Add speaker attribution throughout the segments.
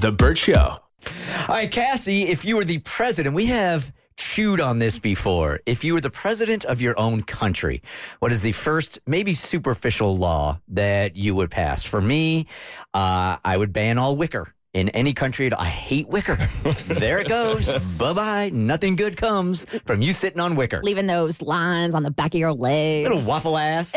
Speaker 1: The Burt Show.
Speaker 2: All right, Cassie, if you were the president, we have chewed on this before. If you were the president of your own country, what is the first, maybe superficial law that you would pass? For me, uh, I would ban all wicker. In any country, at all. I hate wicker. there it goes. bye bye. Nothing good comes from you sitting on wicker.
Speaker 3: leaving those lines on the back of your legs.
Speaker 2: Little waffle ass.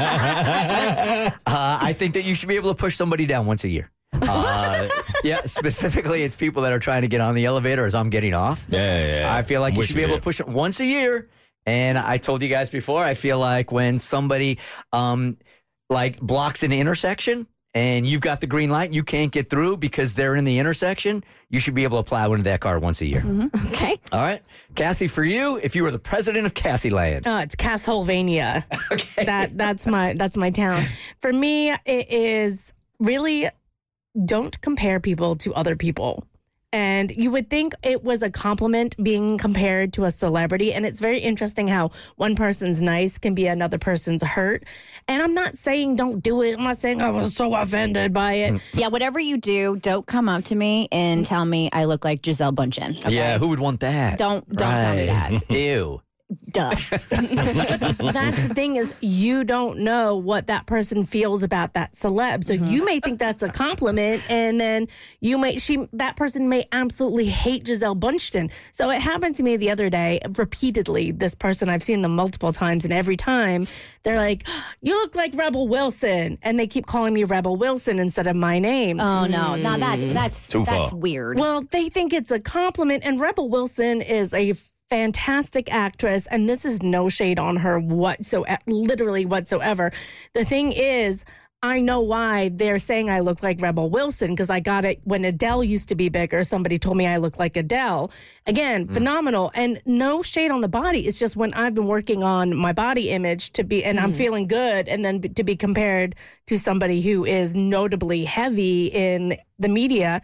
Speaker 2: uh, I think that you should be able to push somebody down once a year. Uh, yeah, specifically, it's people that are trying to get on the elevator as I'm getting off.
Speaker 1: Yeah, yeah, yeah.
Speaker 2: I feel like
Speaker 1: I'm
Speaker 2: you
Speaker 1: with
Speaker 2: should be able to
Speaker 1: dude.
Speaker 2: push it once a year. And I told you guys before, I feel like when somebody um, like blocks an intersection and you've got the green light, you can't get through because they're in the intersection. You should be able to plow into that car once a year.
Speaker 1: Mm-hmm.
Speaker 4: Oh.
Speaker 3: Okay.
Speaker 2: All right, Cassie, for you, if you were the president of Cassie Land,
Speaker 5: Uh, it's Castlevania. okay. That that's my that's my town. For me, it is really don't compare people to other people. And you would think it was a compliment being compared to a celebrity. And it's very interesting how one person's nice can be another person's hurt. And I'm not saying don't do it. I'm not saying "Oh, I was so offended by it.
Speaker 3: Yeah, whatever you do, don't come up to me and tell me I look like Giselle Bundchen. Okay?
Speaker 2: yeah, who would want that?
Speaker 3: Don't- don't tell me
Speaker 2: Right. Ew.
Speaker 3: Duh.
Speaker 5: that's the thing is you don't know what that person feels about that celeb so you may think that's a compliment and then you may she that person may absolutely hate giselle bunchton so it happened to me the other day repeatedly this person i've seen them multiple times and every time they're like you look like rebel wilson and they keep calling me rebel wilson instead of my name
Speaker 3: Oh no, no, that's
Speaker 4: Mm.
Speaker 3: that's
Speaker 1: Too far.
Speaker 3: that's weird.
Speaker 5: well, they think it's a compliment, and Rebel Wilson is a fantastic actress, and this is no shade on her whatsoever, literally whatsoever. The thing is, I know why they're saying I look like Rebel Wilson because I got it when Adele used to be bigger. Somebody told me I look like Adele. Again, phenomenal. And no shade on the body. It's just when I've been working on my body image to be, and I'm feeling good, and then b- to be compared to somebody who is notably heavy in the media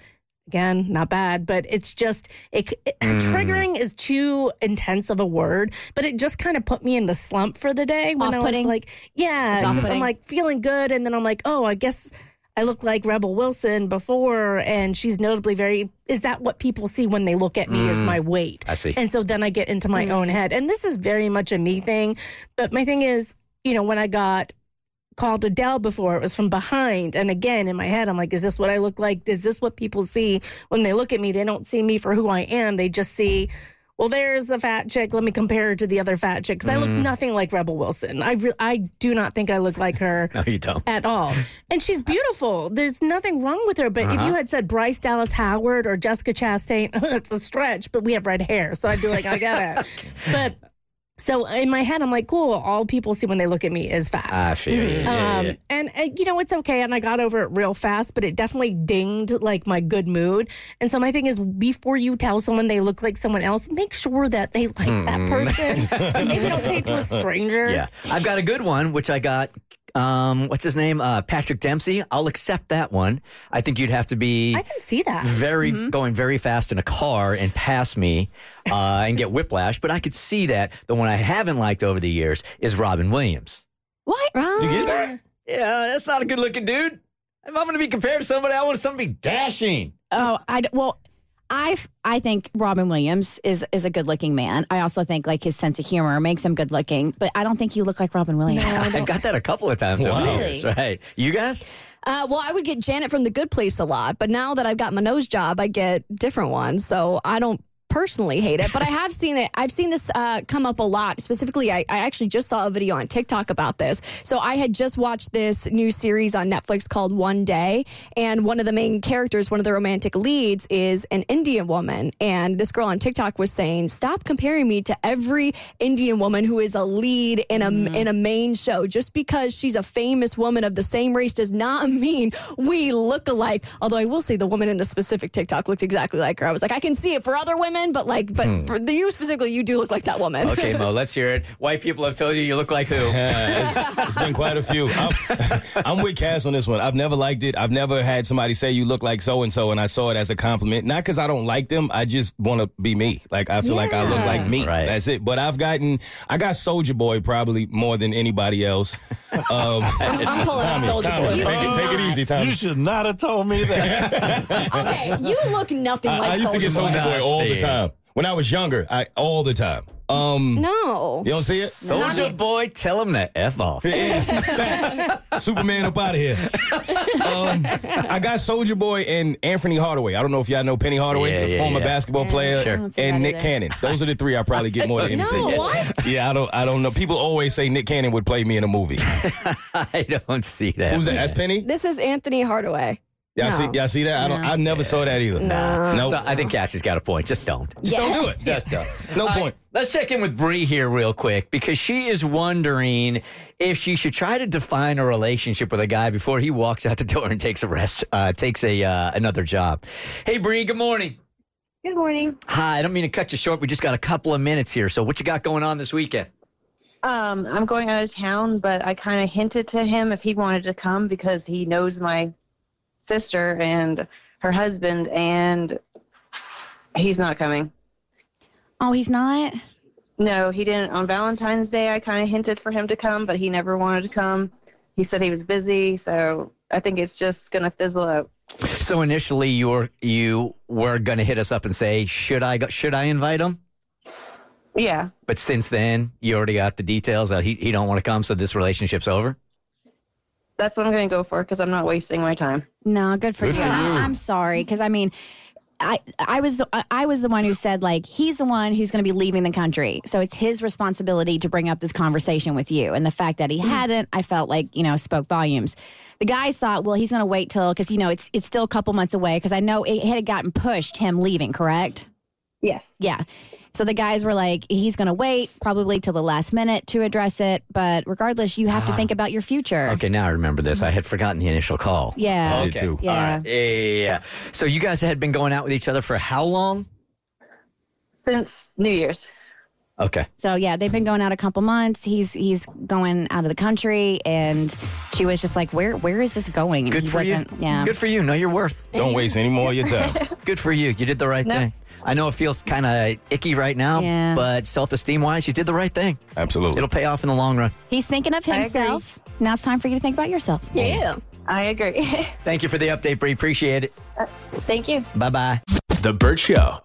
Speaker 5: again not bad but it's just it, it-
Speaker 2: Mm.
Speaker 5: triggering is too intense of a word but it just kind of put me in the slump for the day when i was
Speaker 3: Off-putting?
Speaker 5: like yeah
Speaker 3: It's
Speaker 5: 'cause i'm
Speaker 3: off-putting.
Speaker 5: like feeling good and then i'm like oh i guess i look like rebel wilson before and she's notably very is that what people see when they look at me is my weight
Speaker 2: Mm. I see.
Speaker 5: and so then I get into my
Speaker 3: Mm.
Speaker 5: own head. And this is very much a me thing. But my thing is, you know, when I got called Adele before, it was from behind. And again, in my head, I'm like, is this what I look like? Is this what people see when they look at me? They don't see me for who I am. They just see, well, there's a fat chick. Let me compare her to the other fat chick. 'Cause I look nothing like Rebel Wilson. I, re- I do not think I look like her
Speaker 2: No, you don't.
Speaker 5: at all. And she's beautiful. There's nothing wrong with her. But if you had said Bryce Dallas Howard or Jessica Chastain, it's a stretch, but we have red hair. So I'd be like, I get it. But so in my head, I'm like, cool. All people see when they look at me is fat.
Speaker 2: I feel
Speaker 3: Mm-hmm.
Speaker 2: you. Ah, Yeah,
Speaker 5: Um,
Speaker 2: yeah, yeah.
Speaker 5: And, uh, you know, it's okay. And I got over it real fast, but it definitely dinged like my good mood. And so my thing is before you tell someone they look like someone else, make sure that they like that person. Maybe don't say it to a
Speaker 3: er,
Speaker 5: stranger.
Speaker 2: Hmm. Yeah. I've got a good one, which I got. Um, what's his name? Uh, Patrick Dempsey. I'll accept that one. I think you'd have to be
Speaker 5: I can see that.
Speaker 2: very
Speaker 3: Mm-hmm.
Speaker 2: going very fast in a car and pass me uh, and get whiplash. But I could see that. The one I haven't liked over the years is Robin Williams.
Speaker 3: what?
Speaker 1: You get
Speaker 3: Mm-hmm.
Speaker 1: that?
Speaker 2: Yeah, that's not a good looking dude. If I'm going to be compared to somebody, I want somebody dashing.
Speaker 3: Oh, I d- well, I f- I think Robin Williams is is a good looking man. I also think like his sense of humor makes him good looking, but I don't think you look like Robin Williams.
Speaker 2: I've got that a couple of times over the years, right? You guys?
Speaker 6: Uh, well, I would get Janet from the Good Place a lot, but now that I've got my nose job, I get different ones. So I don't personally hate it, but I have seen it. I've seen this uh, come up a lot. Specifically, I, I actually just saw a video on TikTok about this. So I had just watched this new series on Netflix called One Day, and one of the main characters, one of the romantic leads, is an Indian woman. And this girl on TikTok was saying, "Stop comparing me to every Indian woman who is a lead in a
Speaker 4: Mm-hmm.
Speaker 6: in a main show. Just because she's a famous woman of the same race does not mean we look alike." Although I will say, the woman in the specific TikTok looked exactly like her. I was like, I can see it for other women, but like, but
Speaker 4: Hmm.
Speaker 6: for the you specifically, you do look like that woman.
Speaker 2: Okay, Mo, let's hear it. White people have told you you look like who?
Speaker 4: it's been quite a few. I'm, I'm with Cass on this one. I've never liked it. I've never had somebody say you look like so and so, and I saw it as a compliment. Not because I don't like them. I just want to be me. Like I feel like I look like me.
Speaker 2: Right.
Speaker 4: That's it. But I've gotten. I got Soldier Boy probably more than anybody else. Um,
Speaker 6: I'm, I'm pulling up Soldier Boy.
Speaker 4: Tommy, take, it, take it easy, Tommy.
Speaker 7: You should not have told me that.
Speaker 6: Okay, you look nothing
Speaker 4: I, I
Speaker 6: like
Speaker 4: used to
Speaker 6: Soldier Boy.
Speaker 4: get Soldier Boy all the
Speaker 2: Nothing.
Speaker 4: time when I was younger. I all the time. Um,
Speaker 6: No.
Speaker 4: you don't see it.
Speaker 2: Soldier boy, tell him to F off.
Speaker 4: Superman up out of here. Um, I got Soldier Boy and Anthony Hardaway. I don't know if y'all know Penny Hardaway,
Speaker 2: Yeah,
Speaker 4: the
Speaker 2: yeah,
Speaker 4: former
Speaker 2: yeah.
Speaker 4: basketball player,
Speaker 2: Sure. I
Speaker 3: don't see that
Speaker 4: and Nick
Speaker 3: either.
Speaker 4: Cannon. Those are the three I probably get more than anything.
Speaker 5: No, what?
Speaker 4: Yeah, I don't. I don't know. People always say Nick Cannon would play me in a movie.
Speaker 2: I don't see that.
Speaker 4: Who's that? That's Penny.
Speaker 6: This is Anthony Hardaway.
Speaker 4: Y'all see? Y'all see that? I don't. I never saw that either. Nah. No.
Speaker 2: So I think Cassie's got a point. Just don't.
Speaker 4: Just don't do it. Just don't. No
Speaker 2: All
Speaker 4: point.
Speaker 2: right, let's check in with Bree here real quick because she is wondering if she should try to define a relationship with a guy before he walks out the door and takes a rest, uh, takes a uh, another job. Hey, Bree. Good morning.
Speaker 8: Good morning.
Speaker 2: Hi. I don't mean to cut you short. We just got a couple of minutes here. So what you got going on this weekend?
Speaker 8: Um, I'm going out of town, but I kind of hinted to him if he wanted to come because he knows my sister and her husband, and he's not coming.
Speaker 3: Oh, he's not.
Speaker 8: No, he didn't. On Valentine's Day, I kind of hinted for him to come, but he never wanted to come. He said he was busy, so I think it's just going to fizzle out.
Speaker 2: So initially, you were you were going to hit us up and say, should I go, should I invite him?
Speaker 8: Yeah.
Speaker 2: But since then, you already got the details that he he don't want to come, so this relationship's over.
Speaker 8: That's what I'm going to go for because I'm not wasting my time.
Speaker 3: No, good for
Speaker 4: Good
Speaker 3: you.
Speaker 4: for
Speaker 3: I-
Speaker 4: you.
Speaker 3: I'm sorry because I mean, I I was I- I was the one who said like he's the one who's going to be leaving the country, so it's his responsibility to bring up this conversation with you. And the fact that he
Speaker 4: Hmm.
Speaker 3: hadn't, I felt like you know spoke volumes. The guys thought, well, he's going to wait till because you know it's it's still a couple months away because I know it had gotten pushed him leaving, correct?
Speaker 8: Yes.
Speaker 3: Yeah. So the guys were like, he's going to wait probably till the last minute to address it. But regardless, you have
Speaker 4: Ah.
Speaker 3: to think about your future.
Speaker 2: Okay, now I remember this. I had forgotten the initial call.
Speaker 3: Yeah.
Speaker 4: I did too.
Speaker 3: Yeah.
Speaker 2: All right. Yeah, yeah, yeah. So you guys had been going out with each other for how long?
Speaker 8: Since New Year's.
Speaker 2: Okay.
Speaker 3: So yeah, they've been going out a couple months. He's he's going out of the country, and she was just like, "Where where is this going?" And
Speaker 2: Good
Speaker 3: he
Speaker 2: for you.
Speaker 3: wasn't- Yeah.
Speaker 2: Good for you. Know your worth.
Speaker 4: Don't waste any more of your time.
Speaker 2: Good for you. You did the right thing. I know it feels kind of icky right now,
Speaker 3: Yeah.
Speaker 2: but self-esteem wise, you did the right thing.
Speaker 4: Absolutely.
Speaker 2: It'll pay off in the long run.
Speaker 3: He's thinking of
Speaker 8: agree.
Speaker 3: himself. Now it's time for you to think about yourself.
Speaker 6: Yeah.
Speaker 8: I agree.
Speaker 2: Thank you for the update, Bree. Appreciate it.
Speaker 8: Thank you.
Speaker 2: Bye bye.
Speaker 1: The Burt Show.